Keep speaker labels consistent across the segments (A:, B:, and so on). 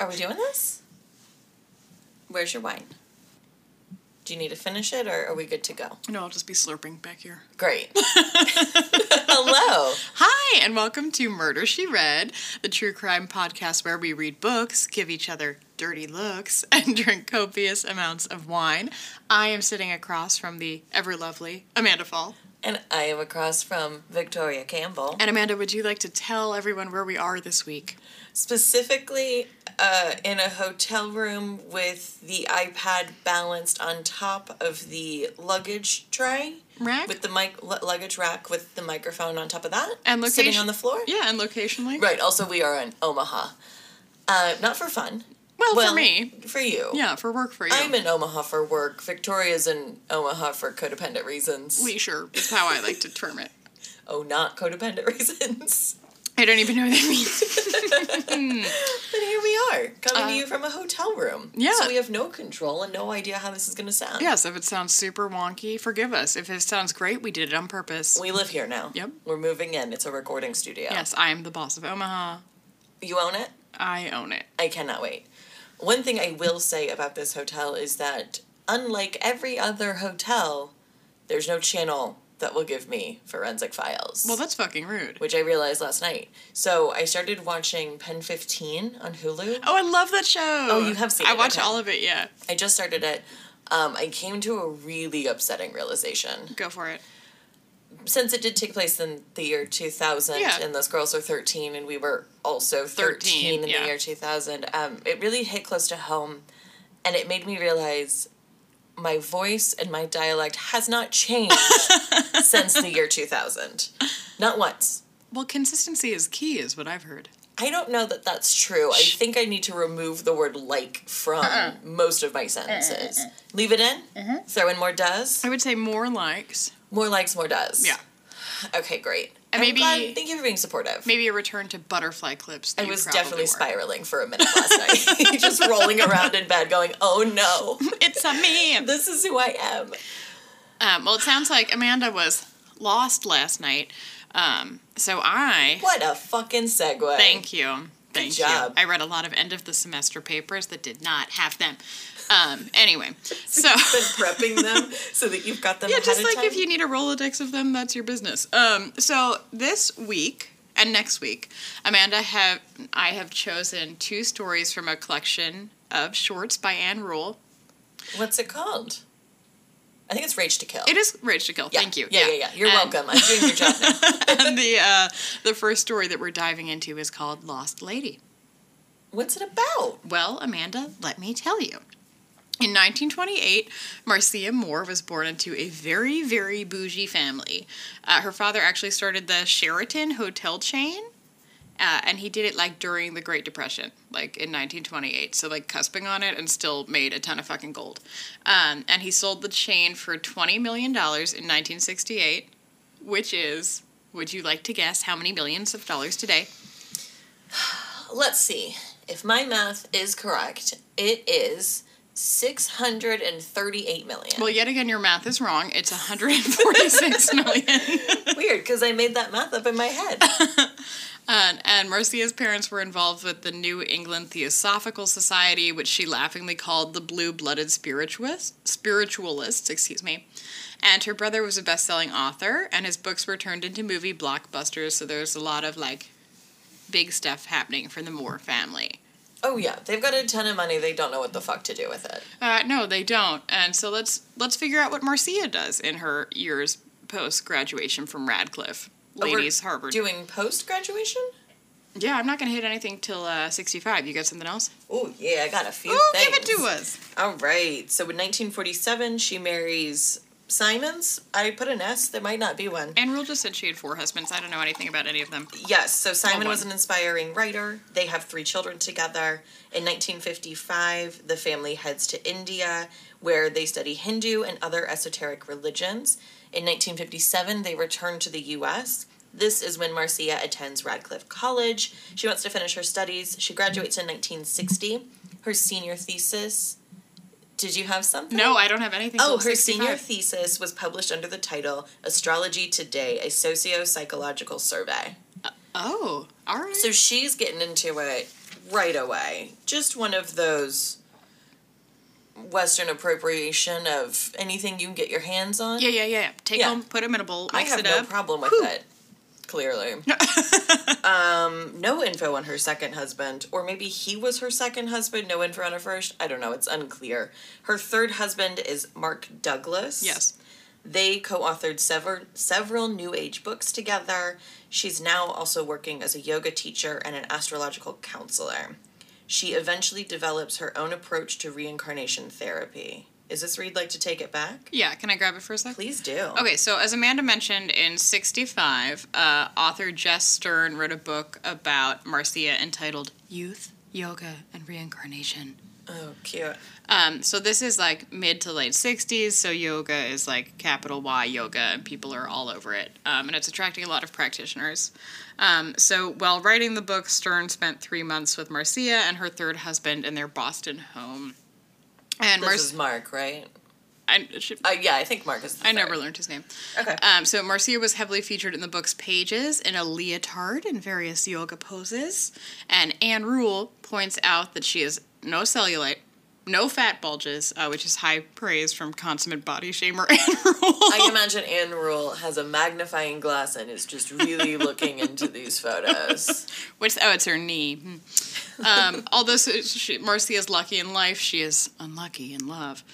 A: Are we doing this? Where's your wine? Do you need to finish it or are we good to go?
B: No, I'll just be slurping back here.
A: Great. Hello.
B: Hi, and welcome to Murder She Read, the true crime podcast where we read books, give each other dirty looks, and drink copious amounts of wine. I am sitting across from the ever lovely Amanda Fall.
A: And I am across from Victoria Campbell.
B: And Amanda, would you like to tell everyone where we are this week?
A: Specifically, uh, in a hotel room with the iPad balanced on top of the luggage tray.
B: Rack?
A: With the mic- lu- luggage rack with the microphone on top of that.
B: And
A: Sitting
B: location-
A: on the floor.
B: Yeah, and locationally?
A: Right, also, we are in Omaha. Uh, not for fun.
B: Well, for me.
A: For you.
B: Yeah, for work for you.
A: I'm in Omaha for work. Victoria's in Omaha for codependent reasons.
B: leisure is how I like to term it.
A: oh, not codependent reasons.
B: I don't even know what that means.
A: But here we are, coming to you from a hotel room.
B: Uh, yeah.
A: So we have no control and no idea how this is going to sound.
B: yes, if it sounds super wonky, forgive us. If it sounds great, we did it on purpose.
A: We live here now.
B: Yep.
A: We're moving in. It's a recording studio.
B: Yes, I am the boss of Omaha.
A: You own it?
B: I own it.
A: I cannot wait. One thing I will say about this hotel is that, unlike every other hotel, there's no channel that will give me forensic files.
B: Well, that's fucking rude.
A: which I realized last night. So I started watching Pen 15 on Hulu.
B: Oh, I love that show. Oh,
A: you have seen
B: I
A: it,
B: watch
A: okay.
B: all of it. Yeah,
A: I just started it. Um, I came to a really upsetting realization.
B: go for it.
A: Since it did take place in the year 2000
B: Yeah.
A: and those girls are 13 and we were also 13,
B: 13,
A: in
B: yeah.
A: the year 2000, um, it really hit close to home and it made me realize my voice and my dialect has not changed since the year 2000. Not once.
B: Well, consistency is key, is what I've heard.
A: I don't know that that's true. I think I need to remove the word like from
B: Uh-uh.
A: most of my sentences. Leave it in?
B: Mm-hmm.
A: Throw in more does?
B: I would say more likes,
A: More likes, more does.
B: Yeah.
A: Okay, great. I'm
B: And maybe-
A: glad- Thank you for being supportive.
B: maybe a return to butterfly clips. That
A: I
B: you
A: was
B: probably
A: definitely
B: were.
A: spiraling for a minute last night. Just rolling around in bed going, oh no,
B: It's a meme.
A: this is who I am.
B: Um, well, it sounds like Amanda was lost last night. Um, so I
A: What a fucking segue.
B: Thank you. Thank
A: job.
B: you. I read a lot of end of the semester papers that did not have them. Um, anyway, so
A: Been prepping them so that you've got them
B: yeah,
A: ahead
B: just
A: of
B: like if
A: time?
B: you need a Rolodex of them, that's your business. Um, so this week and next week, Amanda have I have chosen two stories from a collection of shorts by Anne Rule.
A: What's it called? I think it's Rage to Kill.
B: It is Rage to Kill.
A: Yeah.
B: Thank you.
A: Yeah, yeah, yeah. You're
B: And-
A: welcome. I'm doing your job now.
B: and the uh, the first story that we're diving into is called Lost Lady.
A: What's it about?
B: Well, Amanda, let me tell you. In 1928, Marcia Moore was born into a very, very bougie family. Uh, her father actually started the Sheraton hotel chain, uh, and he did it like during the Great Depression, like in 1928. So, like, cusping on it and still made a ton of fucking gold. Um, and he sold the chain for $20 million in 1968, which is, would you like to guess how many millions of dollars today?
A: Let's see. If my math is correct, it is 638 million.
B: Well, yet again, your math is wrong. It's 146 million.
A: Weird, because I made that math up in my head.
B: And, Um, and Marcia's parents were involved with the New England Theosophical Society, which she laughingly called the Blue Blooded Spiritualists, spiritualists, excuse me. And her brother was a best selling author, and his books were turned into movie blockbusters. So there's a lot of like big stuff happening for the Moore family.
A: Oh, yeah. They've got a ton of money. They don't know what the fuck to do with it.
B: Uh, no, they don't. And so let's let's figure out what Marcia does in her years post graduation from Radcliffe,
A: But we're
B: ladies Harvard.
A: Doing post graduation?
B: yeah, I'm not gonna hit anything till uh, 65. You got something else?
A: Oh, yeah. I got a few
B: Oh,
A: things.
B: give it to us.
A: All right. So in 1947, she marries Simons. I put an S. There might not be one.
B: And Rule just said she had four husbands. I don't know anything about any of them.
A: Yes, so Simon
B: one.
A: was an inspiring writer. They have three children together. In 1955, the family heads to India, where they study Hindu and other esoteric religions. In 1957, they return to the U.S. This is when Marcia attends Radcliffe College. She wants to finish her studies. She graduates in 1960. Her senior thesis. Did you have something?
B: No, I don't have anything.
A: Oh,
B: till
A: her
B: 65.
A: senior thesis was published under the title Astrology Today, a socio psychological survey.
B: Oh, all right.
A: So she's getting into it right away. Just one of those Western appropriation of anything you can get your hands on.
B: Yeah, yeah, yeah. yeah. Take
A: Yeah.
B: them, put them in a bowl,
A: I
B: mix
A: have
B: it
A: no
B: up.
A: problem with it. Clearly,
B: Uh,
A: um, no info on her second husband, or maybe he was her second husband. No info on her first. I don't know. It's unclear. Her third husband is Mark Douglas.
B: yes.
A: They co-authored several several new age books together. She's now also working as a yoga teacher and an astrological counselor. She eventually develops her own approach to reincarnation therapy. Is this where you'd like to take it back?
B: Yeah, can I grab it for a sec?
A: Please do.
B: Okay, so as Amanda mentioned in 65, uh, author Jess Stern wrote a book about Marcia entitled Youth, Yoga, and Reincarnation.
A: Oh, cute.
B: Um, so this is like mid to late 60s, so yoga is like capital Y yoga, and people are all over it. Um, and it's attracting a lot of practitioners. Um, so while writing the book, Stern spent three months with Marcia and her third husband in their Boston home. And
A: This is
B: Marcia.
A: Mark, right?
B: I,
A: Uh, yeah, I think Mark is. The
B: I
A: third.
B: never learned his name.
A: Okay.
B: Um, so Marcia was heavily featured in the book's pages in a leotard and various yoga poses. And Anne Rule points out that she has no cellulite, no fat bulges, uh, which is high praise from consummate body shamer Anne Rule.
A: I imagine Anne Rule has a magnifying glass and is just really looking into these photos.
B: Which oh, it's her knee. Hmm. Um, although so she, Marcia is lucky in life, she is unlucky in love,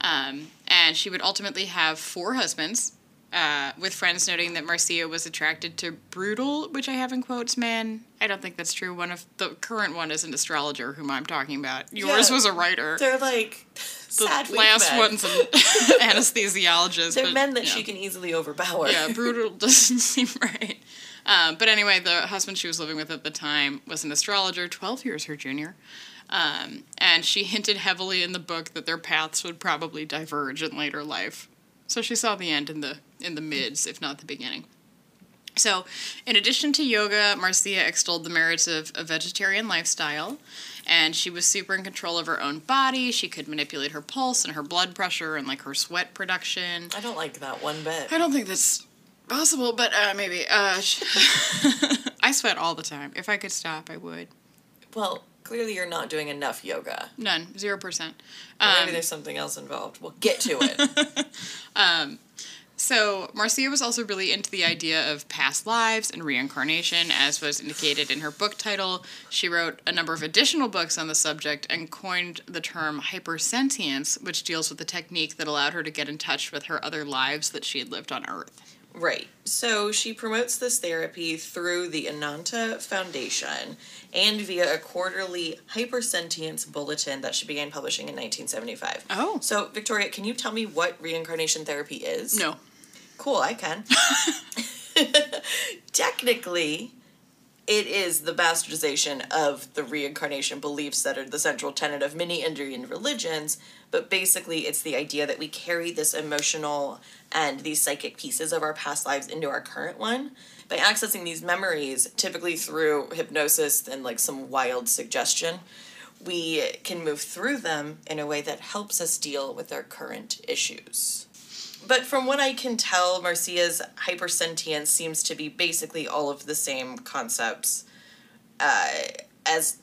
B: um, and she would ultimately have four husbands. Uh, with friends noting that Marcia was attracted to brutal, which I have in quotes, man. I don't think that's true. One of the current one is an astrologer, whom I'm talking about. Yours
A: Yeah.
B: was a writer.
A: They're like
B: The
A: sad weak
B: last
A: men.
B: one's an anesthesiologist.
A: They're
B: but,
A: men that
B: yeah.
A: she can easily overpower.
B: Yeah, brutal doesn't seem right. Um, but anyway, the husband she was living with at the time was an astrologer, 12 years her junior. Um, and she hinted heavily in the book that their paths would probably diverge in later life. So she saw the end in the in the mids, if not the beginning. So, in addition to yoga, Marcia extolled the merits of a vegetarian lifestyle, and she was super in control of her own body. She could manipulate her pulse and her blood pressure and like her sweat production.
A: I don't like that one bit.
B: I don't think that's possible, but uh, maybe. Uh, sh- I sweat all the time. If I could stop, I would.
A: Well, clearly you're not doing enough yoga.
B: None. Zero percent.
A: Or
B: Um,
A: Maybe there's something else involved. We'll get to it.
B: so, Marcia was also really into the idea of past lives and reincarnation, as was indicated in her book title. She wrote a number of additional books on the subject and coined the term hypersentience, which deals with the technique that allowed her to get in touch with her other lives that she had lived on Earth.
A: right. So she promotes this therapy through the Ananta Foundation and via a quarterly hypersentience bulletin that she began publishing in 1975.
B: Oh.
A: So, Victoria, can you tell me what reincarnation therapy is?
B: No.
A: Cool, I can. Technically, it is the bastardization of the reincarnation beliefs that are the central tenet of many Indian religions, but basically, it's the idea that we carry this emotional and these psychic pieces of our past lives into our current one by accessing these memories, typically through hypnosis and like some wild suggestion. We can move through them in a way that helps us deal with our current issues. But from what I can tell, Marcia's hypersentience seems to be basically all of the same concepts uh, as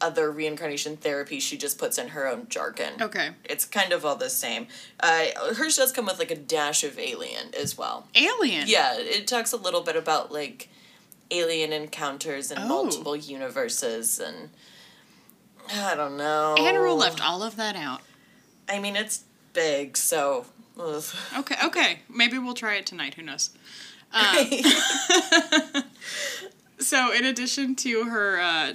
A: other reincarnation therapy. She just puts in her own jargon.
B: Okay.
A: It's kind of all the same. Uh, hers does come with like a dash of alien as well.
B: Alien.
A: Yeah, it talks a little bit about like alien encounters and
B: Oh.
A: multiple universes and I don't know.
B: Anna Rule left all of that out.
A: I mean, it's big, so. ugh.
B: Okay, okay. Maybe we'll try it tonight. Who knows? Uh. So, in addition to her uh,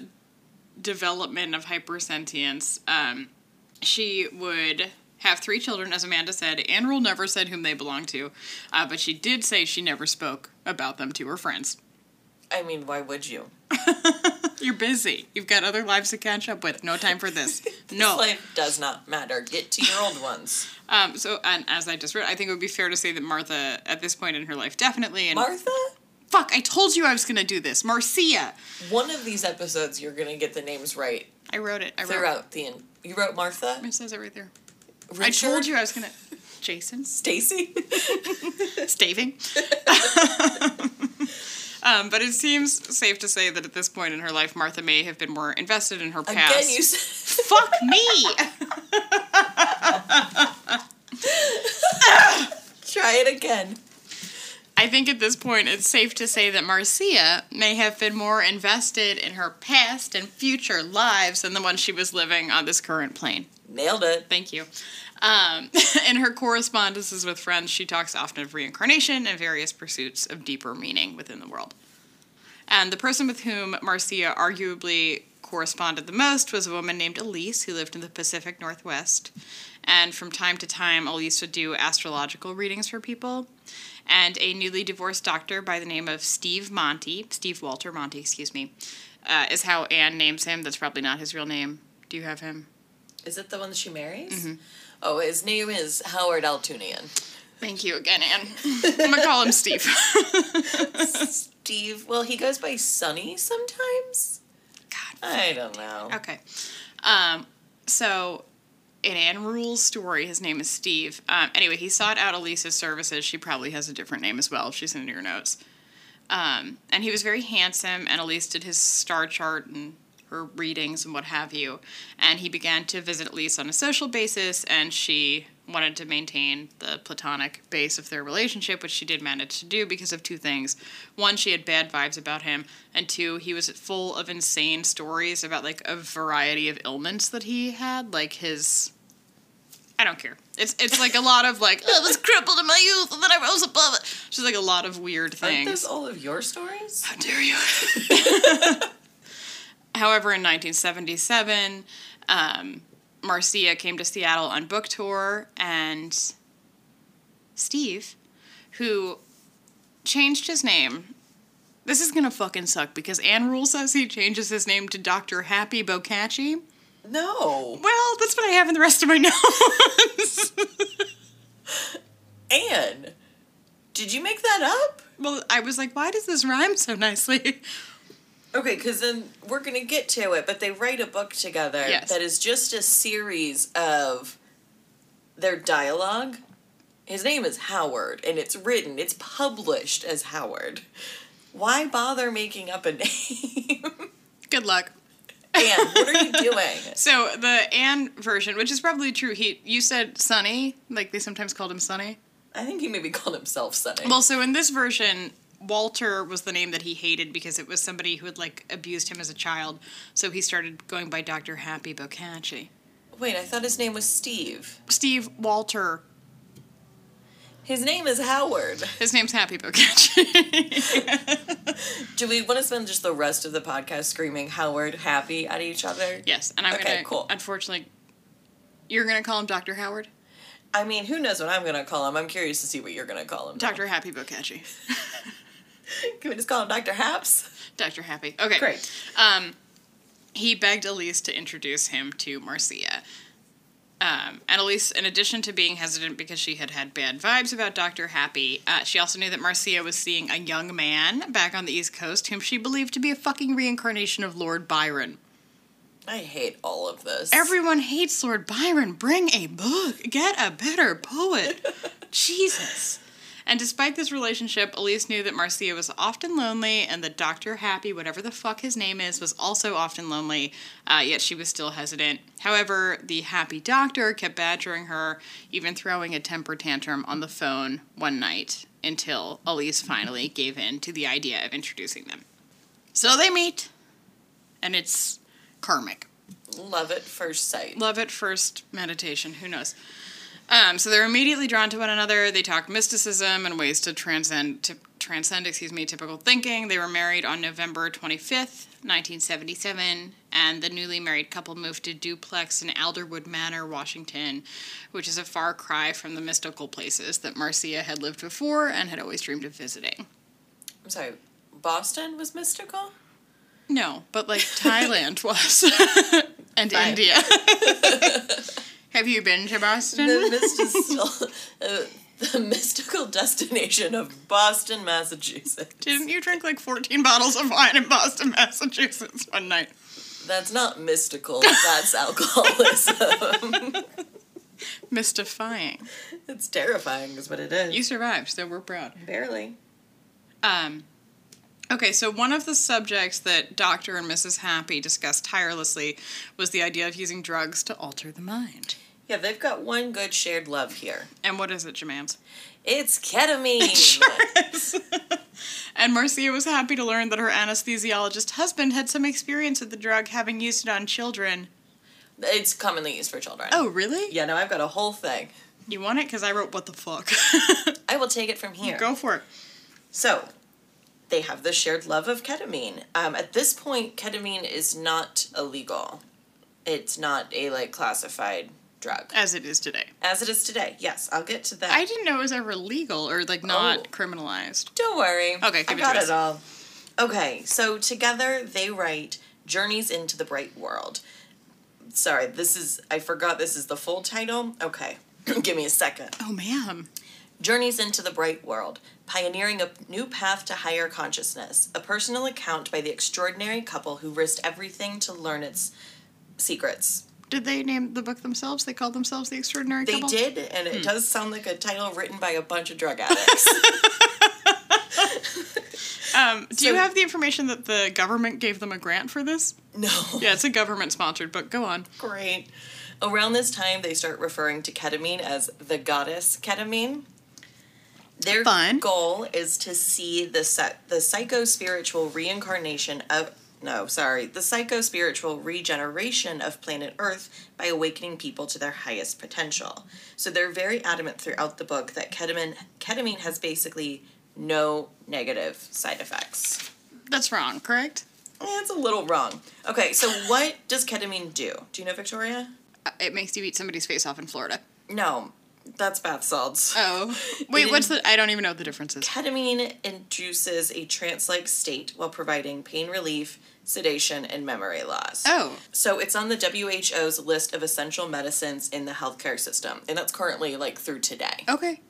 B: development of hypersentience, um, she would have three children, as Amanda said. Anne Rule never said whom they belonged to, uh, but she did say she never spoke about them to her friends.
A: I mean, why would you?
B: You're busy. You've got other lives to catch up with. No time for this.
A: This
B: No.
A: life does not matter. Get to your old ones.
B: Um, so, and as I just read, I think it would be fair to say that Martha, at this point in her life, definitely. And
A: Martha?
B: fuck, I told you I was going to do this. Marcia.
A: One of these episodes, you're going to get the names right
B: I wrote it. I wrote it.
A: throughout the end. You wrote Martha?
B: It says it right there. I
A: Richard?
B: told you I was gonna. Jason
A: Stacy?
B: staving. Um, but it seems safe to say that at this point in her life, Martha may have been more invested in her past.
A: Again, you said.
B: Fuck me!
A: Try it again.
B: I think at this point it's safe to say that Marcia may have been more invested in her past and future lives than the one she was living on this current plane.
A: Nailed it.
B: Thank you. Um, in her correspondences with friends, she talks often of reincarnation and various pursuits of deeper meaning within the world. And the person with whom Marcia arguably corresponded the most was a woman named Elise, who lived in the Pacific Northwest. And from time to time, Elise would do astrological readings for people. And a newly divorced doctor by the name of Steve Monty, Steve Walter Monty, excuse me, uh, is how Anne names him. That's probably not his real name. Do you have him?
A: Is it the one that she marries?
B: Mm-hmm.
A: Oh, his name is Howard Altunian.
B: Thank you again, Anne. I'm gonna call him Steve.
A: Steve, well, he goes by Sonny sometimes.
B: God.
A: I don't know.
B: Okay. Um, so, in Anne Rule's story, his name is Steve. Um, anyway, he sought out Elisa's services. She probably has a different name as well. if She's in your notes. Um, and he was very handsome, and Elise did his star chart and her readings and what have you. And he began to visit Elise on a social basis, and she wanted to maintain the platonic base of their relationship, which she did manage to do because of two things. One, she had bad vibes about him, and two, he was full of insane stories about like a variety of ailments that he had, like his I don't care. It's it's like a lot of like I was crippled in my youth and then I rose above it. Just like a lot of weird
A: Aren't
B: things.
A: those all of your stories?
B: How dare you? However, in 1977, um, Marcia came to Seattle on book tour, and Steve, who changed his name. This is gonna fucking suck because Anne Rule says he changes his name to Dr. Happy Bocachi.
A: No.
B: Well, that's what I have in the rest of my notes.
A: Anne, did you make that up?
B: well, I was like, why does this rhyme so nicely?
A: Okay, because then we're going to get to it, but they write a book together
B: Yes.
A: that is just a series of their dialogue. His name is Howard, and it's written, it's published as Howard. Why bother making up a name?
B: Good luck.
A: Anne, what are you doing?
B: So the Anne version, which is probably true, he you said Sonny, like they sometimes called him Sonny.
A: I think he maybe called himself Sonny.
B: Well, so in this version, Walter was the name that he hated because it was somebody who had like abused him as a child. So he started going by Dr. Happy Bocachi.
A: Wait, I thought his name was Steve.
B: Steve Walter.
A: His name is Howard.
B: His name's Happy Bocachi.
A: Do we want to spend just the rest of the podcast screaming Howard happy at each other?
B: yes, and I'm
A: Okay,
B: gonna
A: cool.
B: unfortunately you're gonna call him Dr. Howard?
A: I mean, who knows what I'm going to call him? I'm curious to see what you're going to call him.
B: Dr. Happy Bocachi.
A: Can we just call him Dr. Haps?
B: Dr. Happy. Okay.
A: Great.
B: Um, he begged Elise to introduce him to Marcia. Um, and Elise, in addition to being hesitant because she had had bad vibes about Dr. Happy, uh, she also knew that Marcia was seeing a young man back on the East Coast whom she believed to be a fucking reincarnation of Lord Byron.
A: I hate all of this.
B: Everyone hates Lord Byron. Bring a book. Get a better poet. Jesus. And despite this relationship, Elise knew that Marcia was often lonely and that Dr. Happy, whatever the fuck his name is, was also often lonely, uh, yet she was still hesitant. However, the happy doctor kept badgering her, even throwing a temper tantrum on the phone one night until Elise finally gave in to the idea of introducing them. So they meet, and it's karmic
A: Love at first sight.
B: love at first meditation. Who knows? Um, so they're immediately drawn to one another. They talk mysticism and ways to transcend to transcend, excuse me, typical thinking. They were married on November 25th, 1977, and the newly married couple moved to duplex in Alderwood Manor, Washington, which is a far cry from the mystical places that Marcia had lived before and had always dreamed of visiting.
A: I'm sorry, Boston was mystical?
B: No, but like Thailand was and
A: Fine.
B: India. Have you been to Boston?
A: The, mystical, uh, the mystical destination of Boston, Massachusetts.
B: Didn't you drink like 14 bottles of wine in Boston, Massachusetts one night?
A: That's not mystical, that's alcoholism.
B: Mystifying.
A: it's terrifying, is what it is.
B: You survived, so we're proud.
A: Barely.
B: Um, Okay, so one of the subjects that Dr. and Mrs. Happy discussed tirelessly was the idea of using drugs to alter the mind.
A: Yeah, they've got one good shared love here.
B: And what is it, Jamams?
A: It's ketamine.
B: and Marcia was happy to learn that her anesthesiologist husband had some experience with the drug, having used it on children.
A: It's commonly used for children.
B: Oh, really?
A: Yeah, no, I've got a whole thing.
B: You want it? Because I wrote, What the fuck?
A: I will take it from here.
B: Go for it.
A: So, they have the shared love of ketamine. Um, at this point, ketamine is not illegal. It's not a like classified drug
B: As it is today.
A: as it is today. Yes, I'll get to that.
B: I didn't know it was ever legal or like not
A: Oh.
B: criminalized.
A: Don't worry.
B: Okay,
A: I
B: give it
A: got
B: to us.
A: it all. Okay, so together they write Journeys into the Bright World. Sorry, this is I forgot this is the full title. Okay. Give me a second.
B: Oh, ma'am.
A: Journeys into the Bright World, pioneering a new path to higher consciousness, a personal account by the extraordinary couple who risked everything to learn its secrets.
B: Did they name the book themselves? They called themselves The Extraordinary
A: They
B: Couple?
A: did, and it does sound like a title written by a bunch of drug addicts.
B: Um, do you
A: So-
B: have the information that the government gave them a grant for this?
A: no.
B: Yeah, it's a government sponsored book. Go on.
A: Great. Around this time, they start referring to ketamine as the goddess ketamine. Their
B: Fun.
A: goal is to see the se- the psycho spiritual reincarnation of no, sorry, the psycho spiritual regeneration of planet Earth by awakening people to their highest potential. So they're very adamant throughout the book that ketamine ketamine has basically no negative side effects.
B: That's wrong, correct?
A: Eh, It's a little wrong. Okay, so what does ketamine do? Do you know, Victoria?
B: Uh, It makes you eat somebody's face off in Florida.
A: No, that's bath salts.
B: Oh. Wait,
A: It
B: what's the. I don't even know what the difference is.
A: Ketamine induces a trance like state while providing pain relief, sedation, and memory loss.
B: Oh.
A: So it's on the WHO's list of essential medicines in the healthcare system, and that's currently like through today.
B: Okay.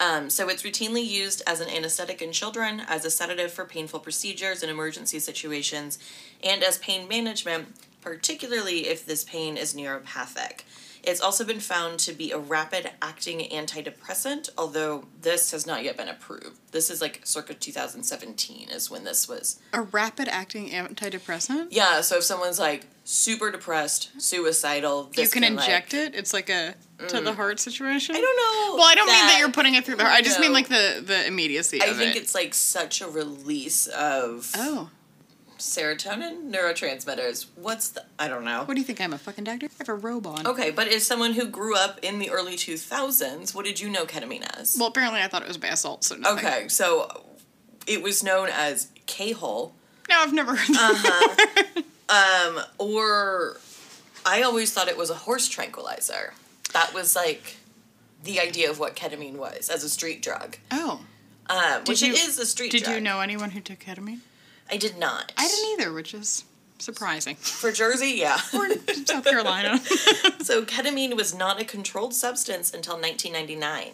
A: Um, so it's routinely used as an anesthetic in children, as a sedative for painful procedures and emergency situations, and as pain management, particularly if this pain is neuropathic. It's also been found to be a rapid acting antidepressant, although this has not yet been approved. This is like circa 2017 is when this was.
B: A rapid acting antidepressant?
A: Yeah, so if someone's like super depressed, suicidal, this
B: you can,
A: like-
B: inject it? It's like a to the heart situation?
A: I don't know.
B: Well, I don't mean that you're putting it through the heart. I just mean
A: No.
B: like the, the immediacy
A: I
B: of
A: think
B: it.
A: it's like such a release of
B: Oh.
A: serotonin neurotransmitters. What's the I don't know.
B: What do you think? I'm a fucking doctor? I have a robe on.
A: Okay, but as someone who grew up in the early 2000s, what did you know ketamine as?
B: Well, apparently I thought it was bath salt, so nothing.
A: okay, so it was known as K-hole
B: No, I've never heard that.
A: or I always thought it was a horse tranquilizer. That was like the idea of what ketamine was as a street drug.
B: Oh.
A: Um, which
B: you-
A: it is a street
B: Did
A: drug.
B: you know anyone who took ketamine?
A: I did not.
B: I didn't either, which is surprising.
A: For Jersey, yeah.
B: South Carolina.
A: So ketamine was not a controlled substance until 1999.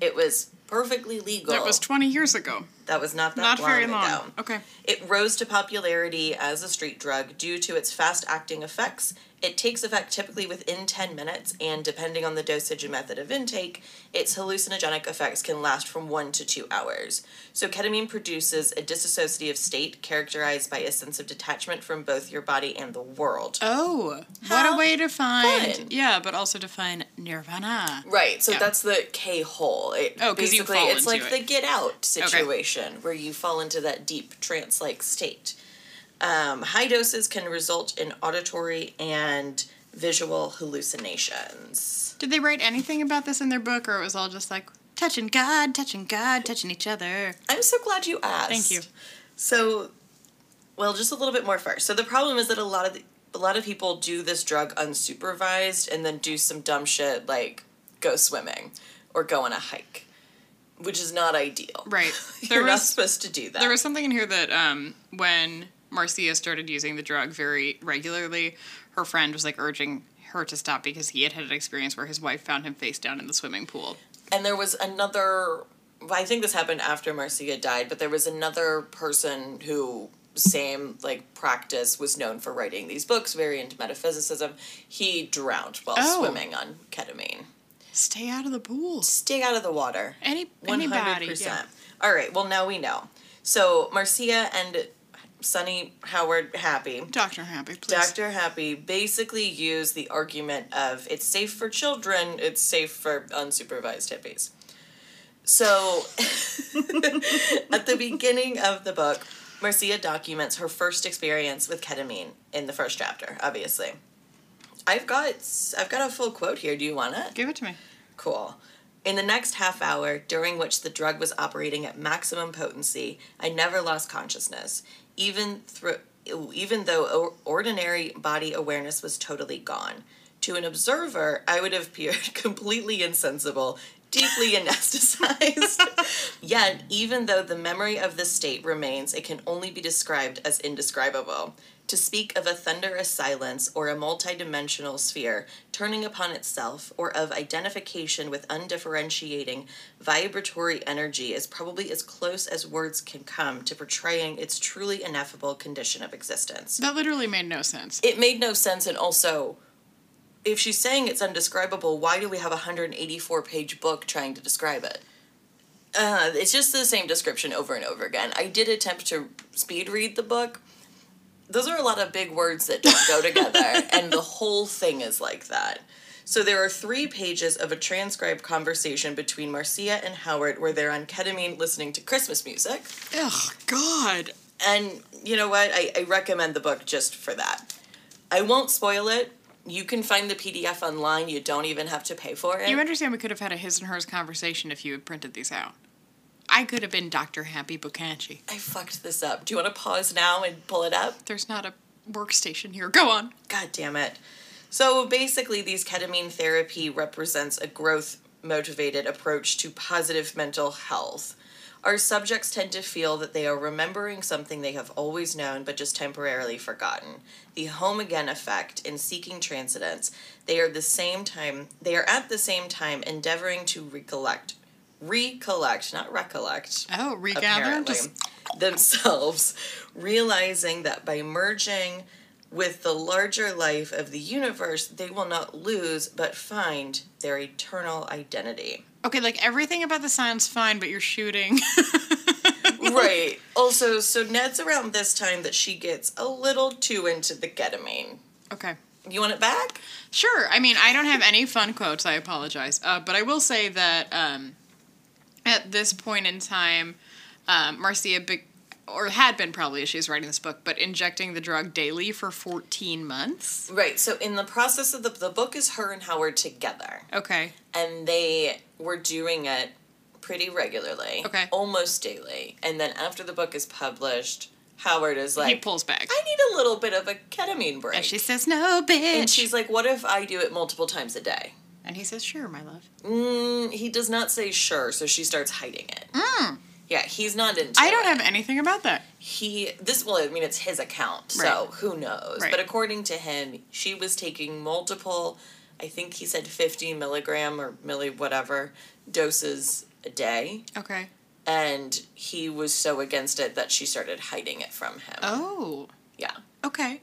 A: It was perfectly legal.
B: that was 20 years ago.
A: That was not that
B: Not
A: long
B: very
A: ago.
B: long. Okay.
A: It rose to popularity as a street drug due to its fast acting effects. It takes effect typically within 10 minutes, and depending on the dosage and method of intake, its hallucinogenic effects can last from one to two hours. So, ketamine produces a dissociative state characterized by a sense of detachment from both your body and the world.
B: Oh, what
A: How
B: a way to find.
A: fun.
B: Yeah, but also to find nirvana.
A: Right, so
B: Yeah.
A: that's the K hole. It,
B: Oh, 'cause you
A: basically,
B: fall
A: it's like
B: into
A: the
B: it.
A: get out situation where you fall into that deep trance like state. Um, high doses can result in auditory and visual hallucinations.
B: Did they write anything about this in their book, or it was all just like touching God, touching God, touching each other?
A: I'm so glad you asked.
B: Thank you.
A: So, well, just a little bit more first. So the problem is that a lot of the, a lot of people do this drug unsupervised and then do some dumb shit like go swimming or go on a hike, which is not ideal.
B: Right.
A: You're
B: There
A: not
B: was
A: supposed to do that.
B: there was something in here that um, when Marcia started using the drug very regularly, her friend was like urging her to stop because he had had an experience where his wife found him face down in the swimming pool.
A: and there was another. well, I think this happened after Marcia died, but there was another person who same like practice was known for writing these books, very into metaphysicism. He drowned while
B: Oh.
A: swimming on ketamine.
B: Stay out of the pool.
A: Stay out of the water.
B: Any
A: One
B: anybody.
A: hundred
B: Yeah.
A: percent. All right. Well, now we know. So Marcia and Sonny Howard Happy.
B: Dr. Happy, please.
A: Dr. Happy basically used the argument of it's safe for children, it's safe for unsupervised hippies. So at the beginning of the book, Marcia documents her first experience with ketamine in the first chapter, obviously. I've got I've got a full quote here. Do you want it?
B: Give it to me.
A: Cool. In the next half hour, during which the drug was operating at maximum potency, I never lost consciousness, even through even though o- ordinary body awareness was totally gone. To an observer, I would have appeared completely insensible, deeply anesthetized. Yet, even though the memory of this state remains, it can only be described as indescribable. To speak of a thunderous silence or a multidimensional sphere turning upon itself or of identification with undifferentiating vibratory energy is probably as close as words can come to portraying its truly ineffable condition of existence.
B: That literally made no sense.
A: It made no sense, and also, if she's saying it's undescribable, why do we have a 184 page book trying to describe it? Uh, it's just the same description over and over again. I did attempt to speed read the book. Those are a lot of big words that don't go together, and the whole thing is like that. So there are three pages of a transcribed conversation between Marcia and Howard where they're on ketamine listening to Christmas music.
B: Ugh, God.
A: And you know what? I, I recommend the book just for that. I won't spoil it. You can find the PDF online. You don't even have to pay for it.
B: You understand we could have had a his and hers conversation if you had printed these out. I could have been Dr. Happy Bukanchi.
A: I fucked this up. Do you want to pause now and pull it up?
B: There's not a workstation here. Go on.
A: God damn it. So basically, these ketamine therapy represents a growth motivated approach to positive mental health. Our subjects tend to feel that they are remembering something they have always known but just temporarily forgotten. The home again effect in seeking transcendence. They are the same time they are at the same time endeavoring to recollect recollect, not recollect
B: Oh, regather?
A: apparently
B: Just,
A: themselves, realizing that by merging with the larger life of the universe, they will not lose but find their eternal identity.
B: okay, like everything about the sounds fine, but you're shooting.
A: right. Also, so Ned's around this time that she gets a little too into the ketamine.
B: Okay.
A: You want it back?
B: Sure. I mean, I don't have any fun quotes. I apologize. Uh, but I will say that um, at this point in time, um, Marcia, be- or had been probably as she was writing this book, but injecting the drug daily for 14 months.
A: Right. So in the process of the the book is her and Howard together.
B: Okay.
A: and they were doing it pretty regularly.
B: Okay.
A: Almost daily. And then after the book is published, Howard is like,
B: he pulls back.
A: I need a little bit of a ketamine break.
B: And she says, no, bitch.
A: And she's like, What if I do it multiple times a day?
B: And he says, sure, my love.
A: Mm, he does not say sure, so she starts hiding it. Yeah, he's not into
B: Mm. I don't
A: it.
B: have anything about that.
A: He, this, well, I mean, it's his account, so
B: Right.
A: who knows?
B: Right.
A: But according to him, she was taking multiple, I think he said 50 milligram or milli whatever doses a day.
B: Okay.
A: and he was so against it that she started hiding it from him.
B: Oh.
A: Yeah.
B: Okay.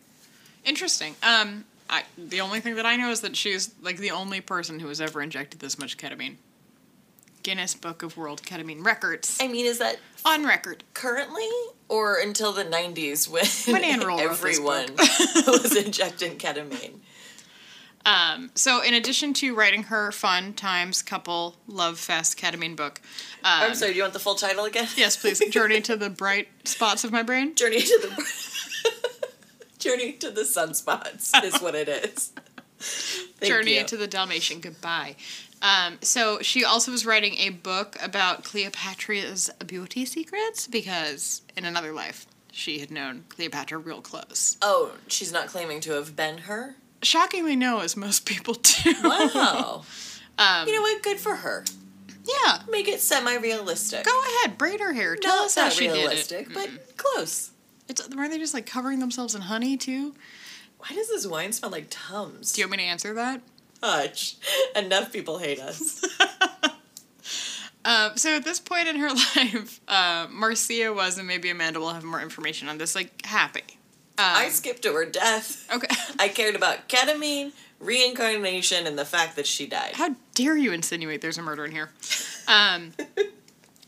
B: Interesting. Um, I, the only thing that I know is that she's like the only person who has ever injected this much ketamine. Guinness Book of World Ketamine Records.
A: I mean, is that
B: On record.
A: currently or until the 90s when,
B: When Ann Roll wrote this
A: everyone
B: book.
A: was injecting ketamine?
B: Um, so, in addition to writing her fun times couple love fest ketamine book, um,
A: I'm sorry, do you want the full title again?
B: yes, please, Journey to the Bright Spots of My Brain.
A: Journey to the Journey to the Sunspots is what it is. Thank
B: Journey
A: you.
B: to the Dalmatian. Goodbye. Um, so she also was writing a book about Cleopatra's beauty secrets because in another life she had known Cleopatra real close.
A: Oh, she's not claiming to have been her?
B: Shockingly, no, as most people do.
A: Wow.
B: Um,
A: you know what? Good for her.
B: yeah,
A: Make it semi realistic.
B: go ahead, braid her hair. Tell
A: Not
B: us how
A: that
B: she
A: realistic,
B: did it.
A: but close.
B: It's, weren't they just like covering themselves in honey too?
A: Why does this wine smell like Tums?
B: Do you want me to answer that?
A: Hutch. Enough people hate us.
B: Um, so at this point in her life, uh, Marcia was, and maybe Amanda will have more information on this, like happy.
A: I skipped over death.
B: Okay.
A: I cared about ketamine, reincarnation, and the fact that she died.
B: How dare you insinuate there's a murder in here? Um,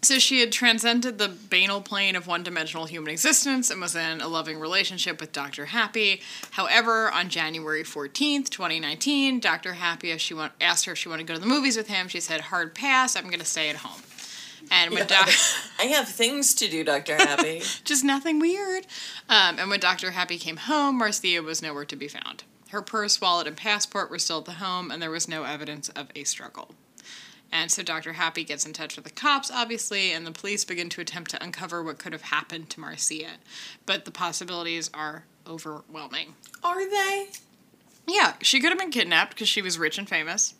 B: So she had transcended the banal plane of one dimensional human existence and was in a loving relationship with Dr. Happy. However, on January 14th, 2019, Dr. Happy if she want, asked her if she wanted to go to the movies with him. She said, Hard pass, I'm going to stay at home. And when Doc.
A: I have things to do, Dr. Happy.
B: just nothing weird. Um, and when Dr. Happy came home, Marcia was nowhere to be found. Her purse, wallet, and passport were still at the home, and there was no evidence of a struggle. And so Dr. Happy gets in touch with the cops, obviously, and the police begin to attempt to uncover what could have happened to Marcia. But the possibilities are overwhelming.
A: Are they?
B: Yeah, she could have been kidnapped because she was rich and famous.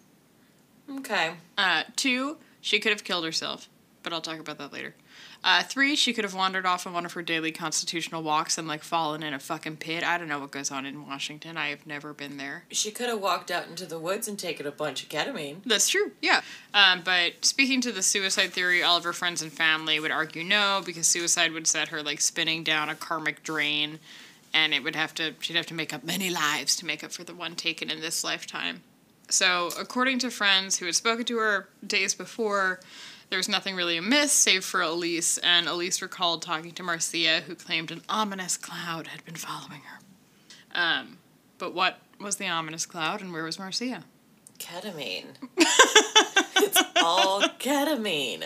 A: Okay.
B: Uh, two, she could have killed herself, but I'll talk about that later. Uh, three, she could have wandered off on one of her daily constitutional walks and like fallen in a fucking pit. I don't know what goes on in Washington. I have never been there.
A: She could have walked out into the woods and taken a bunch of ketamine.
B: That's true, yeah. Um, but speaking to the suicide theory, all of her friends and family would argue no because suicide would set her like spinning down a karmic drain, and it would have to she'd have to make up many lives to make up for the one taken in this lifetime. So according to friends who had spoken to her days before, there was nothing really amiss save for Elise, and Elise recalled talking to Marcia, who claimed an ominous cloud had been following her. Um, but what was the ominous cloud, and where was Marcia?
A: Ketamine. it's all ketamine.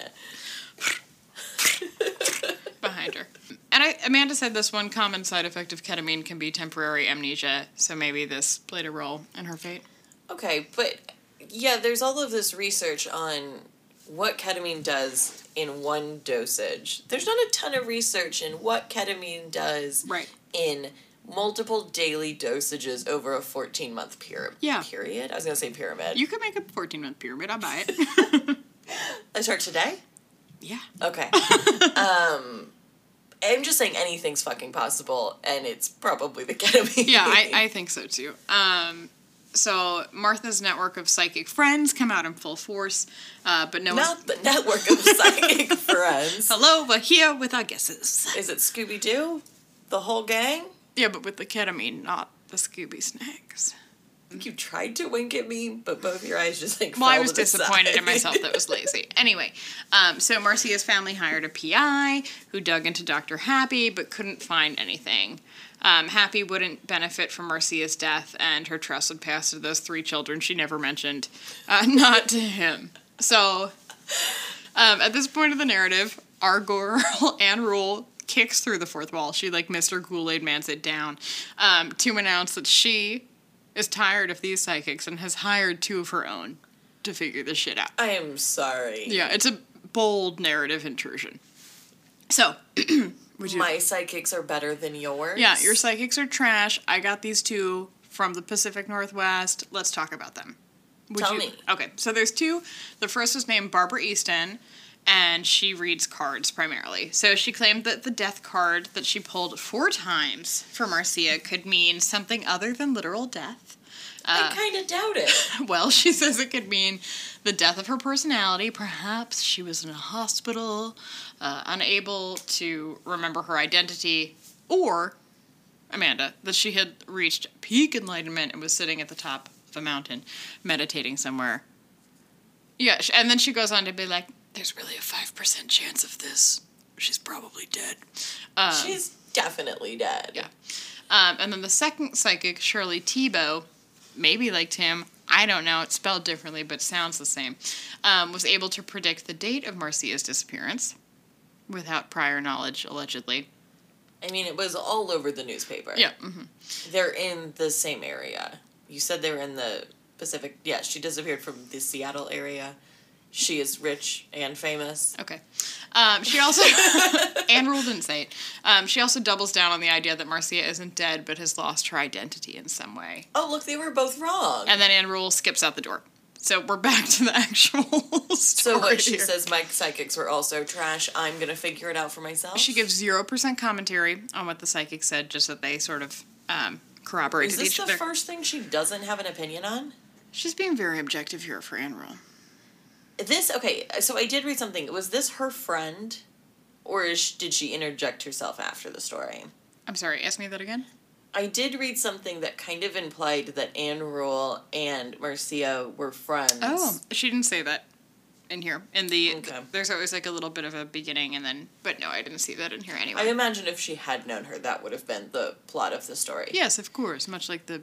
B: behind her. And I, Amanda said this one common side effect of ketamine can be temporary amnesia, so maybe this played a role in her fate.
A: Okay, but yeah, there's all of this research on what ketamine does in one dosage. There's not a ton of research in what ketamine does
B: Right.
A: in multiple daily dosages over a 14 month period.
B: Yeah.
A: Period? I was going to say pyramid.
B: You could make a 14 month pyramid, I'll buy it.
A: I start today?
B: yeah.
A: Okay. um, I'm just saying anything's fucking possible, and it's probably the ketamine.
B: Yeah, I, I think so too. Um, so Martha's network of psychic friends come out in full force, uh, but no one's.
A: Not the network of psychic friends.
B: Hello, we're here with our guesses.
A: Is it Scooby Doo? The whole gang?
B: Yeah, but with the ketamine, not the Scooby snacks.
A: You tried to wink at me, but both your eyes just like.
B: Well, I
A: fell
B: was
A: to the
B: disappointed
A: side.
B: in myself that was lazy. Anyway, um, so Marcia's family hired a PI who dug into Dr. Happy but couldn't find anything. Um, Happy wouldn't benefit from Marcia's death, and her trust would pass to those three children she never mentioned, uh, not to him. So, um, at this point of the narrative, our girl Anne Rule kicks through the fourth wall. She like Mr. Kool Aid mans it down um, to announce that she is tired of these psychics and has hired two of her own to figure this shit out.
A: I am sorry.
B: Yeah, it's a bold narrative intrusion. So, would you?
A: My psychics are better than yours.
B: yeah, your psychics are trash. I got these two from the Pacific Northwest. Let's talk about them. Would
A: Tell
B: you-
A: me.
B: Okay, so there's two. The first was named Barbara Easton, and she reads cards primarily. So she claimed that the death card that she pulled four times for Marcia could mean something other than literal death.
A: I
B: uh,
A: kind of doubt it.
B: Well, she says it could mean the death of her personality. Perhaps she was in a hospital, uh, unable to remember her identity, or Amanda, that she had reached peak enlightenment and was sitting at the top of a mountain meditating somewhere. Yeah, sh- and then she goes on to be like, there's really a 5% chance of this. She's probably dead. Um,
A: She's definitely dead.
B: yeah. Um, and then the second psychic, Shirley Tebow, maybe liked him. I don't know. It's spelled differently, but sounds the same. Um, was able to predict the date of Marcia's disappearance without prior knowledge, allegedly.
A: I mean, it was all over the newspaper.
B: Yeah. hmm
A: They're in the same area. You said they were in the Pacific. Yeah, she disappeared from the Seattle area. She is rich and famous.
B: Okay. Um, she also, Anne Rule didn't say it. Um, she also doubles down on the idea that Marcia isn't dead, but has lost her identity in some way.
A: Oh, look, they were both wrong.
B: And then Anne Rule skips out the door. So we're back to the actual story.
A: so what she
B: here.
A: says, my psychics were also trash. I'm gonna figure it out for myself.
B: She gives zero percent commentary on what the psychic said, just that they sort of um, corroborated
A: Is this
B: each
A: the
B: other.
A: first thing she doesn't have an opinion on?
B: She's being very objective here for Anne Rule.
A: This okay. So I did read something. Was this her friend, or is she, did she interject herself after the story?
B: I'm sorry, ask me that again.
A: I did read something that kind of implied that Anne Rule and Marcia were friends.
B: Oh, she didn't say that. in here. In the
A: Okay.
B: there's always like a little bit of a beginning and then, but no, I didn't see that in here anyway.
A: I imagine if she had known her, that would have been the plot of the story.
B: yes, of course, much like the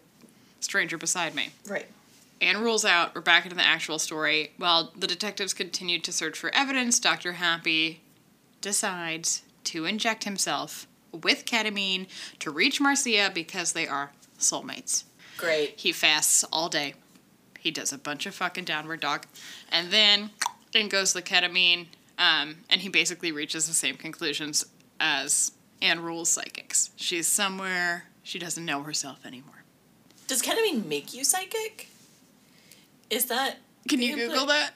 B: stranger beside me.
A: Right.
B: Anne rules out. We're back into the actual story. While the detectives continue to search for evidence, Dr. Happy decides to inject himself with ketamine to reach Marcia because they are soulmates.
A: Great.
B: He fasts all day. He does a bunch of fucking downward dog. And then in goes the ketamine. Um, and he basically reaches the same conclusions as Anne Rule's psychics. She's somewhere, she doesn't know herself anymore.
A: Does ketamine make you psychic? Is that.
B: Can you
A: Yeah, but-
B: Google that?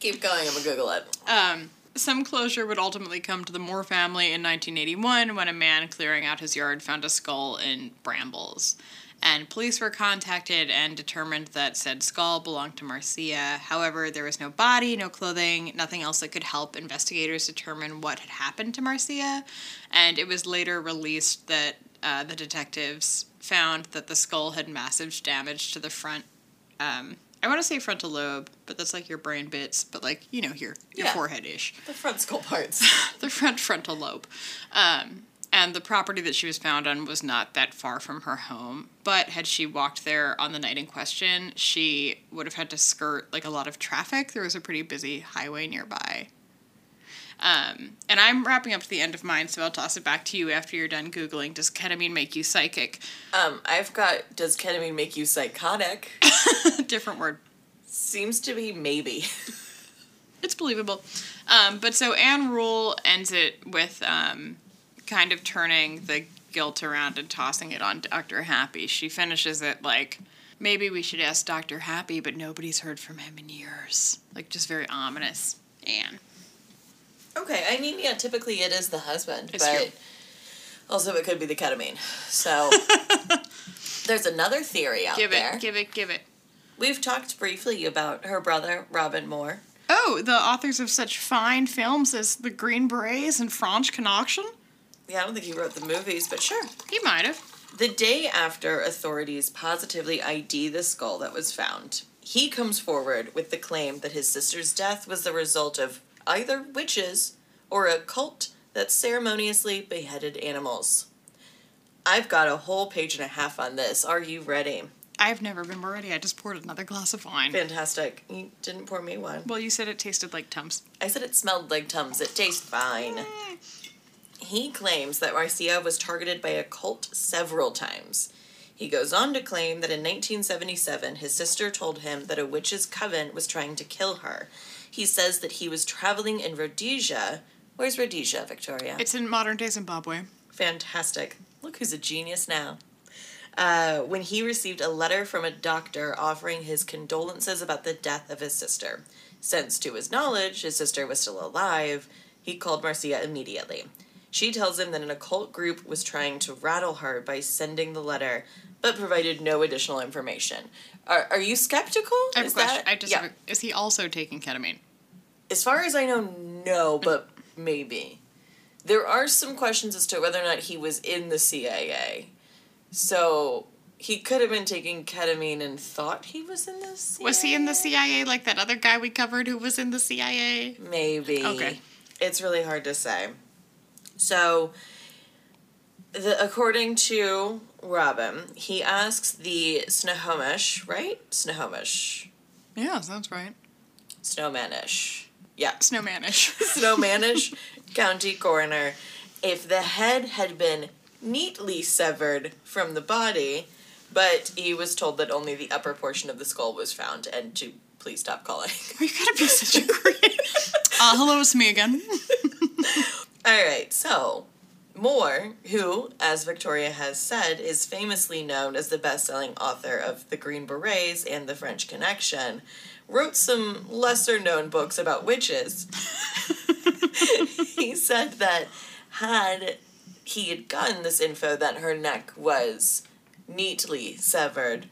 A: Keep going, I'm gonna Google it.
B: Um, some closure would ultimately come to the Moore family in 1981 when a man clearing out his yard found a skull in brambles. And police were contacted and determined that said skull belonged to Marcia. However, there was no body, no clothing, nothing else that could help investigators determine what had happened to Marcia. And it was later released that uh, the detectives found that the skull had massive damage to the front. Um, I want to say frontal lobe, but that's like your brain bits, but like, you know, here, your
A: Yeah.
B: forehead ish
A: The front skull parts.
B: the front frontal lobe. Um, and the property that she was found on was not that far from her home. But had she walked there on the night in question, she would have had to skirt like a lot of traffic. There was a pretty busy highway nearby. Um, and I'm wrapping up to the end of mine, so I'll toss it back to you after you're done Googling. Does ketamine make you psychic?
A: Um, I've got Does ketamine make you psychotic?
B: Different word.
A: Seems to be maybe.
B: it's believable. Um, but so Anne Rule ends it with um, kind of turning the guilt around and tossing it on Dr. Happy. She finishes it like, maybe we should ask Dr. Happy, but nobody's heard from him in years. Like, just very ominous, Anne.
A: Okay, I mean, yeah, typically it is the husband,
B: It's
A: but
B: true.
A: also it could be the ketamine. So there's another theory out
B: Give it,
A: there.
B: give it, give it.
A: We've talked briefly about her brother, Robin Moore.
B: Oh, the authors of such fine films as The Green Berets and Franche Connection?
A: Yeah, I don't think he wrote the movies, but sure.
B: He might have.
A: The day after authorities positively ID the skull that was found, he comes forward with the claim that his sister's death was the result of either witches or a cult that ceremoniously beheaded animals. I've got a whole page and a half on this. Are you ready?
B: I've never been more ready. I just poured another glass of wine.
A: Fantastic. You didn't pour me one.
B: Well, you said it tasted like Tums. Eh,
A: I said it smelled like Tums. It tastes fine. He claims that Marcia was targeted by a cult several times. He goes on to claim that in 1977, his sister told him that a witch's coven was trying to kill her. He says that he was traveling in Rhodesia. Where's Rhodesia, Victoria?
B: It's in modern day Zimbabwe.
A: Fantastic. Look who's a genius now. Uh, when he received a letter from a doctor offering his condolences about the death of his sister. Since, to his knowledge, his sister was still alive, he called Marcia immediately. She tells him that an occult group was trying to rattle her by sending the letter, but provided no additional information. Are, are you skeptical?
B: I have
A: Is
B: a question.
A: that-
B: I just
A: yeah.
B: have a, is he also taking ketamine?
A: As far as I know, no,
B: Mm-hmm.
A: but maybe. There are some questions as to whether or not he was in the CIA. So he could have been taking ketamine and thought he was in the CIA.
B: Was he in the CIA like that other guy we covered who was in the CIA?
A: Maybe.
B: Okay.
A: It's really hard to say. So, the, according to Robin, he asks the Snohomish, right? Snohomish.
B: Yeah, sounds right.
A: Snowmanish. Yeah.
B: Snowmanish.
A: Snowmanish County Coroner if the head had been neatly severed from the body, but he was told that only the upper portion of the skull was found and to please stop calling.
B: you gotta be such a creep. uh, hello, it's me again.
A: All right, so Moore, who, as Victoria has said, is famously known as the best selling author of The Green Berets and The French Connection, wrote some lesser known books about witches. he said that had he had gotten this info that her neck was neatly severed,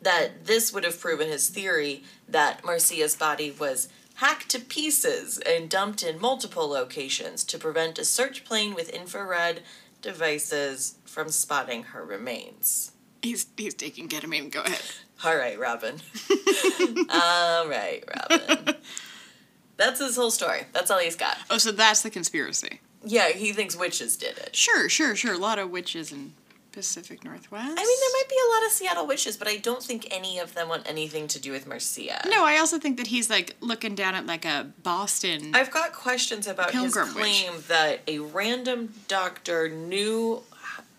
A: that this would have proven his theory that Marcia's body was hacked to pieces and dumped in multiple locations to prevent a search plane with infrared devices from spotting her remains.
B: he's he's taking ketamine. Go ahead.
A: All right, Robin. all right, Robin. That's his whole story. That's all he's got.
B: Oh, so that's the conspiracy.
A: Yeah, he thinks witches did it.
B: Sure, sure, sure. A lot of witches in Pacific Northwest.
A: I mean, there might be a lot of Seattle witches, but I don't think any of them want anything to do with Marcia.
B: No, I also think that he's like looking down at like a Boston.
A: I've got questions about
B: Pilgrim
A: his
B: witch.
A: claim that a random doctor knew.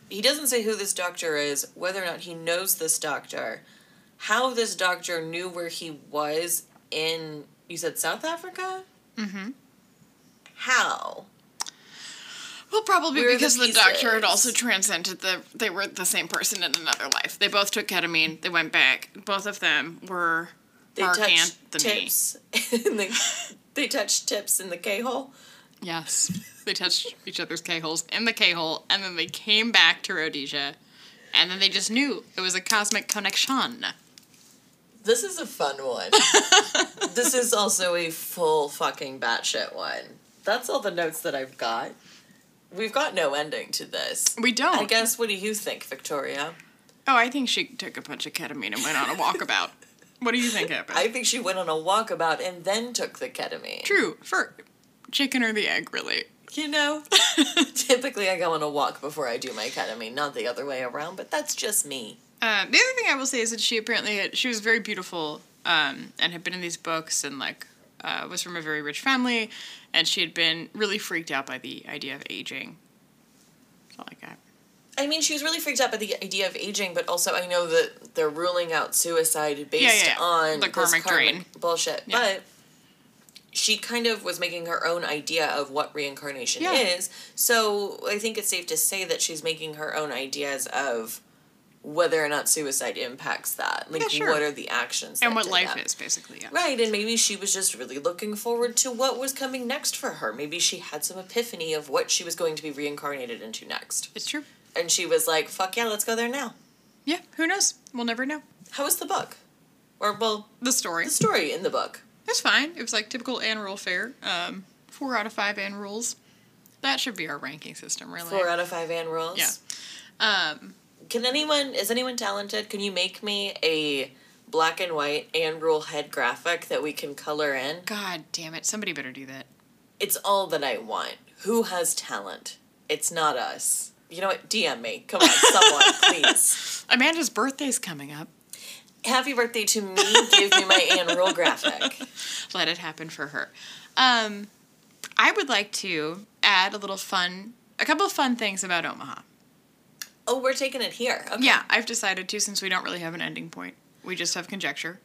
A: He doesn't say who this doctor is, whether or not he knows this doctor, how this doctor knew where he was in, you said South Africa?
B: mm-hmm.
A: How?
B: Well, probably
A: Where are the
B: because the, doctor
A: pieces?
B: had also transcended the. They were the same person in another life. They both took ketamine. They went back. Both of them were
A: They
B: Mark
A: touched
B: Anthony.
A: tips. and they, they touched tips in the K hole.
B: Yes, they touched each other's K holes in the K hole, and then they came back to Rhodesia, and then they just knew it was a cosmic connection.
A: This is a fun one. this is also a full fucking batshit one. That's all the notes that I've got. We've got no ending to this.
B: We don't.
A: I guess, what do you think, Victoria?
B: Oh, I think she took a bunch of ketamine and went on a walkabout. what do you think happened?
A: I think she went on a walkabout and then took the ketamine.
B: True for chicken or the egg, really.
A: You know? Typically, I go on a walk before I do my ketamine, not the other way around, but that's just me.
B: Um, the other thing I will say is that she apparently had, she was very beautiful um, and had been in these books and like uh, was from a very rich family, and she had been really freaked out by the idea of aging. That's all I got.
A: I mean, she was really freaked out by the idea of aging, but also I know that they're ruling out suicide based
B: Yeah, yeah, yeah.
A: on
B: The
A: this
B: karmic drain.
A: bullshit.
B: Yeah.
A: But she kind of was making her own idea of what reincarnation
B: Yeah.
A: is. So I think it's safe to say that she's making her own ideas of whether or not suicide impacts that. Like,
B: Yeah, sure.
A: what are the actions?
B: And
A: that
B: what
A: did
B: life
A: that.
B: is basically. Yeah.
A: Right, and maybe she was just really looking forward to what was coming next for her. Maybe she had some epiphany of what she was going to be reincarnated into next.
B: It's true.
A: And she was like, fuck yeah, let's go there now.
B: Yeah, who knows? We'll never know.
A: How was the book? Or, well,
B: The story.
A: the story in the book.
B: It's fine. It was like typical Anne Rule fare. Um, four out of five Anne Rules. That should be our ranking system, really.
A: Four out of five Anne rolls.
B: Yeah. Um,
A: Can anyone, is anyone talented? Can you make me a black and white Anne Rule head graphic that we can color in?
B: God damn it. Somebody better do that.
A: It's all that I want. Who has talent? It's not us. You know what? DM me. Come on, someone, please.
B: Amanda's birthday's coming up.
A: Happy birthday to me. Give me my Anne Rule graphic.
B: Let it happen for her. Um, I would like to add a little fun, a couple of fun things about Omaha.
A: Oh, we're taking it here. Okay.
B: Yeah, I've decided to since we don't really have an ending point. We just have conjecture.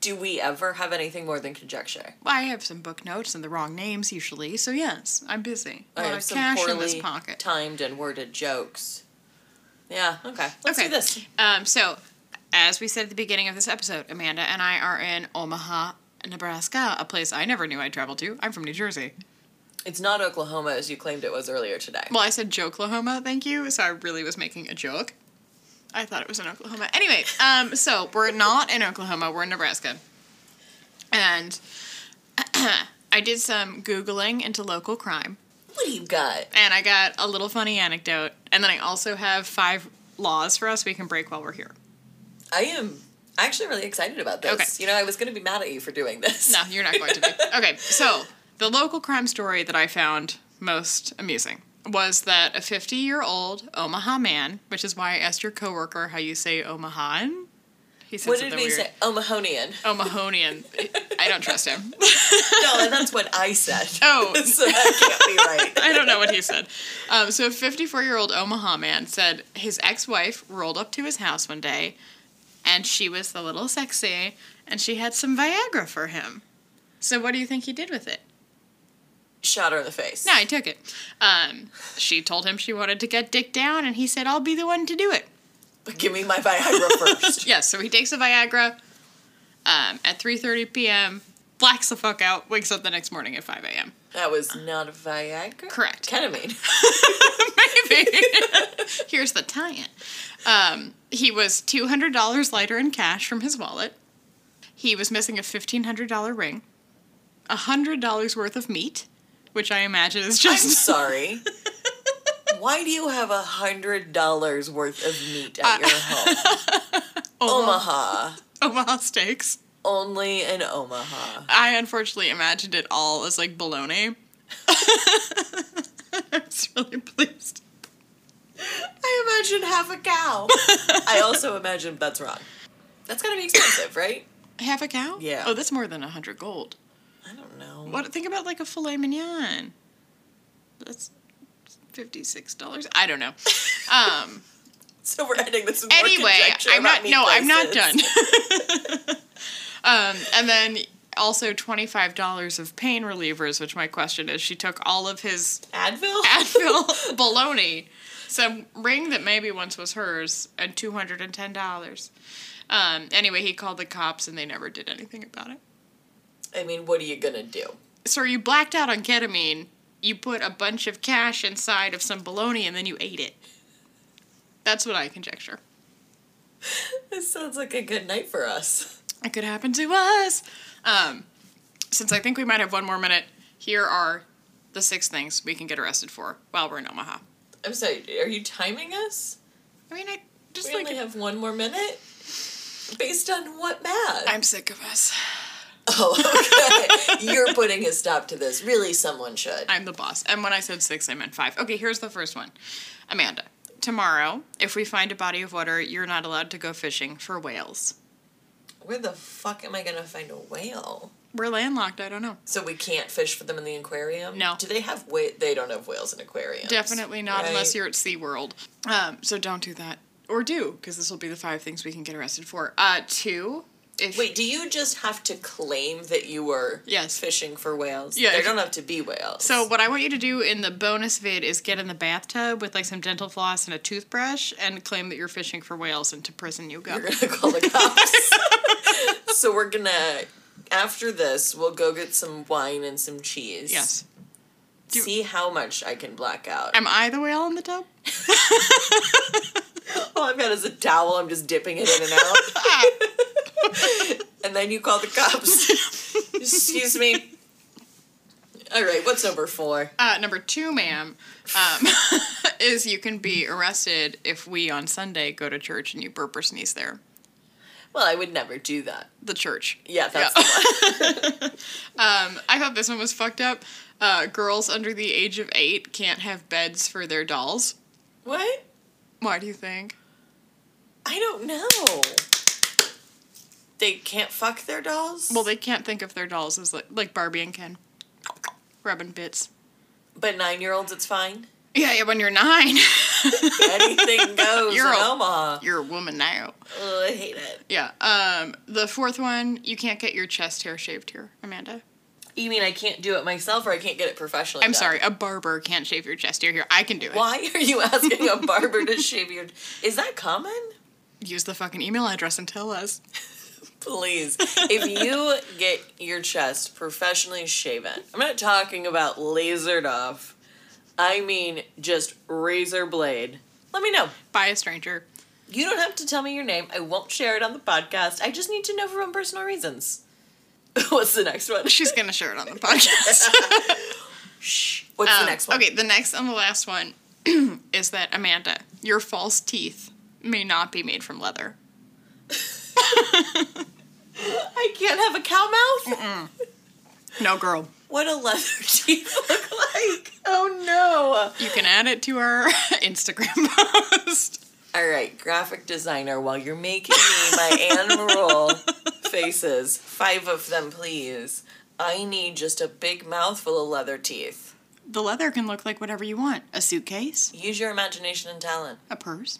A: Do we ever have anything more than conjecture?
B: I have some book notes and the wrong names usually, so yes, I'm busy. A
A: I
B: lot
A: have
B: of
A: some
B: cash
A: poorly
B: in this pocket.
A: timed and worded jokes. Yeah, okay. Let's
B: Okay.
A: do this.
B: Um, so, as we said at the beginning of this episode, Amanda and I are in Omaha, Nebraska, a place I never knew I'd travel to. I'm from New Jersey.
A: It's not Oklahoma as you claimed it was earlier today.
B: Well, I said Joklahoma, thank you. So I really was making a joke. I thought it was in Oklahoma. Anyway, um, so we're not in Oklahoma. We're in Nebraska, and I did some googling into local crime,
A: What do you got?
B: and I got a little funny anecdote, and then I also have five laws for us we can break while we're here.
A: I am actually really excited about this.
B: Okay.
A: You know, I was going to be mad at you for doing this.
B: No, you're not going to be. Okay, so the local crime story that I found most amusing was that a 50 year old Omaha man, which is why I asked your coworker how you say Omahan. He said
A: What did
B: something
A: we
B: weird.
A: say? O'Mahonian.
B: Omahonian. I don't trust him.
A: no, and that's what I said.
B: Oh.
A: so that can't be right.
B: I don't know what he said. Um, so, a 54 year old Omaha man said his ex wife rolled up to his house one day and she was a little sexy and she had some Viagra for him. So, what do you think he did with it?
A: Shot her in the face.
B: No, I took it. Um, she told him she wanted to get dick down, and he said, I'll be the one to do it.
A: Give me my Viagra first.
B: Yes, so he takes the Viagra um, at 3.30 p.m., blacks the fuck out, wakes up the next morning at 5 a.m.
A: that was not Viagra?
B: Correct.
A: Ketamine.
B: Maybe. Here's the tie-in. Um, he was $200 lighter in cash from his wallet. He was missing a $1,500 ring, $100 worth of meat, which I imagine is
A: I'm
B: just...
A: sorry. Why do you have a hundred dollars worth of meat at
B: Uh,
A: your home?
B: Uh-huh.
A: Omaha.
B: Omaha steaks.
A: Only in Omaha.
B: I unfortunately imagined it all as like bologna. I was really pleased.
A: I imagine half a cow. I also imagine that's wrong. That's gotta be expensive, right?
B: Half a cow?
A: Yeah.
B: Oh, that's more than a hundred gold.
A: I don't know.
B: What? Think about like a filet mignon. That's fifty six dollars. I don't know. Um.
A: So we're ending this. With more
B: anyway,
A: conjecture
B: I'm
A: about
B: not.
A: meat
B: No, I'm not done.
A: places.
B: um, and then also twenty five dollars of pain relievers, which my question is, she took all of his
A: Advil.
B: Advil baloney, some ring that maybe once was hers, and two hundred and ten dollars. Um, anyway, he called the cops, and they never did anything about it.
A: I mean, what are you gonna do?
B: Sir, you blacked out on ketamine. You put a bunch of cash inside of some baloney, and then you ate it. That's what I conjecture.
A: This sounds like a good night for us.
B: It could happen to us. Um, since I think we might have one more minute, here are the six things we can get arrested for while we're in Omaha.
A: I'm sorry. Are you timing us?
B: I mean, I just
A: We
B: like
A: only have one more minute. Based on what math?
B: I'm sick of us.
A: oh, okay. You're putting a stop to this. Really, someone should.
B: I'm the boss. And when I said six, I meant five. Okay, here's the first one, Amanda. Tomorrow, if we find a body of water, you're not allowed to go fishing for whales.
A: Where the fuck am I gonna find a whale?
B: We're landlocked. I don't know.
A: So we can't fish for them in the aquarium.
B: No.
A: Do they have whale? They don't have whales in aquariums.
B: Definitely not unless
A: right?
B: you're at SeaWorld. Um, so don't do that. Or do, because this will be the five things we can get arrested for. Uh, two, if
A: Wait, do you just have to claim that you were
B: Yes.
A: fishing for whales?
B: Yeah,
A: There
B: if-
A: don't have to be whales.
B: So what I want you to do in the bonus vid is get in the bathtub with like some dental floss and a toothbrush and claim that you're fishing for whales and to prison you go.
A: You're gonna call the cops. so we're gonna after this we'll go get some wine and some cheese.
B: Yes. Do-
A: See how much I can black out.
B: Am I the whale in the tub?
A: All I've got is a towel, I'm just dipping it in and out. and then you call the cops. Excuse me. Alright, what's number four?
B: Uh, number two, ma'am, um, is you can be arrested if we on Sunday go to church and you burp or sneeze there.
A: Well, I would never do that.
B: The church.
A: Yeah, that's
B: Yeah.
A: the one.
B: Um, I thought this one was fucked up. Uh, girls under the age of eight can't have beds for their dolls.
A: What?
B: Why do you think?
A: I don't know. They can't fuck their dolls?
B: Well, they can't think of their dolls as like, like Barbie and Ken. Rubbing bits.
A: but nine year olds, it's fine.
B: Yeah, yeah, when you're nine.
A: Anything goes
B: You're
A: in
B: a-
A: Omaha.
B: you're a woman now.
A: Oh, I hate it.
B: Yeah. Um, the fourth one, you can't get your chest hair shaved here, Amanda.
A: You mean I can't do it myself or I can't get it professionally?
B: I'm
A: done?
B: sorry, a barber can't shave your chest hair here. I can do it.
A: Why are you asking a barber to shave your. Is that common?
B: Use the fucking email address and tell us.
A: Please. If you get your chest professionally shaven, I'm not talking about lasered off, I mean just razor blade. Let me know.
B: By a stranger.
A: You don't have to tell me your name. I won't share it on the podcast. I just need to know for own personal reasons. What's the next one?
B: She's gonna share it on the podcast.
A: Shh. What's
B: Um,
A: the next one?
B: Okay, the next and the last one is that Amanda, your false teeth may not be made from leather.
A: I can't have a cow mouth.
B: No, girl.
A: What a leather teeth look like. Oh
B: You can add it to our Instagram post.
A: no. All right, graphic designer, while you're making me my animal faces, five of them, please. I need just a big mouthful of leather teeth.
B: The leather can look like whatever you want a suitcase,
A: Use your imagination and talent,
B: a purse.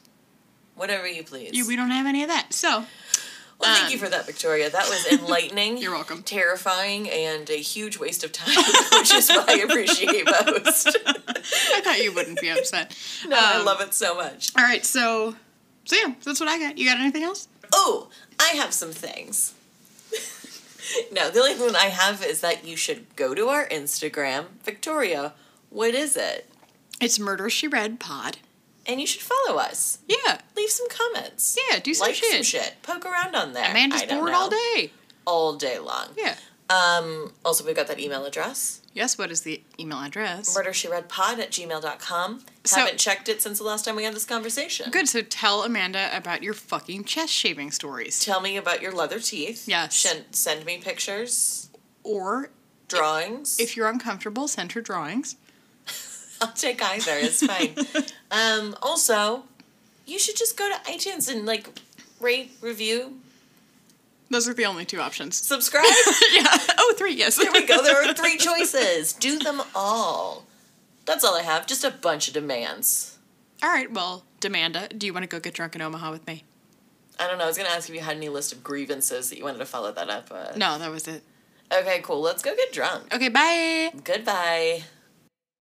A: whatever you please.
B: You, we don't have any of that. So,
A: Well, thank you for that, Victoria. That was enlightening.
B: Um, You're welcome.
A: Terrifying and a huge waste of time, which is what I appreciate most.
B: I thought you wouldn't be upset.
A: no, I
B: Um,
A: love it so much.
B: All right, so, so yeah, that's what I got. You got anything else?
A: Oh, I have some things. no, the only thing I have is that you should go to our Instagram, Victoria. What is it?
B: It's Murder She Read Pod.
A: And you should follow us.
B: Yeah,
A: Leave some comments.
B: yeah, do some
A: like
B: shit.
A: some shit. Poke around on there.
B: Amanda's
A: I don't
B: bored
A: know.
B: all day.
A: All day long.
B: Yeah.
A: Um, also, we've got that email address.
B: Yes, what is the email address?
A: Murder She Read Pod at gmail.com.
B: So-
A: Haven't checked it since the last time we had this conversation.
B: Good, so tell Amanda about your fucking chest shaving stories.
A: Tell me about your leather teeth.
B: Yes.
A: Shen- send me pictures,
B: Or
A: drawings.
B: if you're uncomfortable, send her drawings.
A: I'll take either. It's fine. um, also, you should just go to iTunes and like rate, review,
B: Those are the only two options.
A: subscribe.
B: yeah. Oh, three, yes.
A: there we go. There are three choices. Do them all. That's all I have. Just a bunch of demands.
B: All right, well, Demanda, do you want to go get drunk in Omaha with me?
A: I don't know. I was gonna ask if you had any list of grievances that you wanted to follow that up with.
B: No, that was it.
A: Okay, cool. Let's go get drunk.
B: Okay, bye.
A: Goodbye.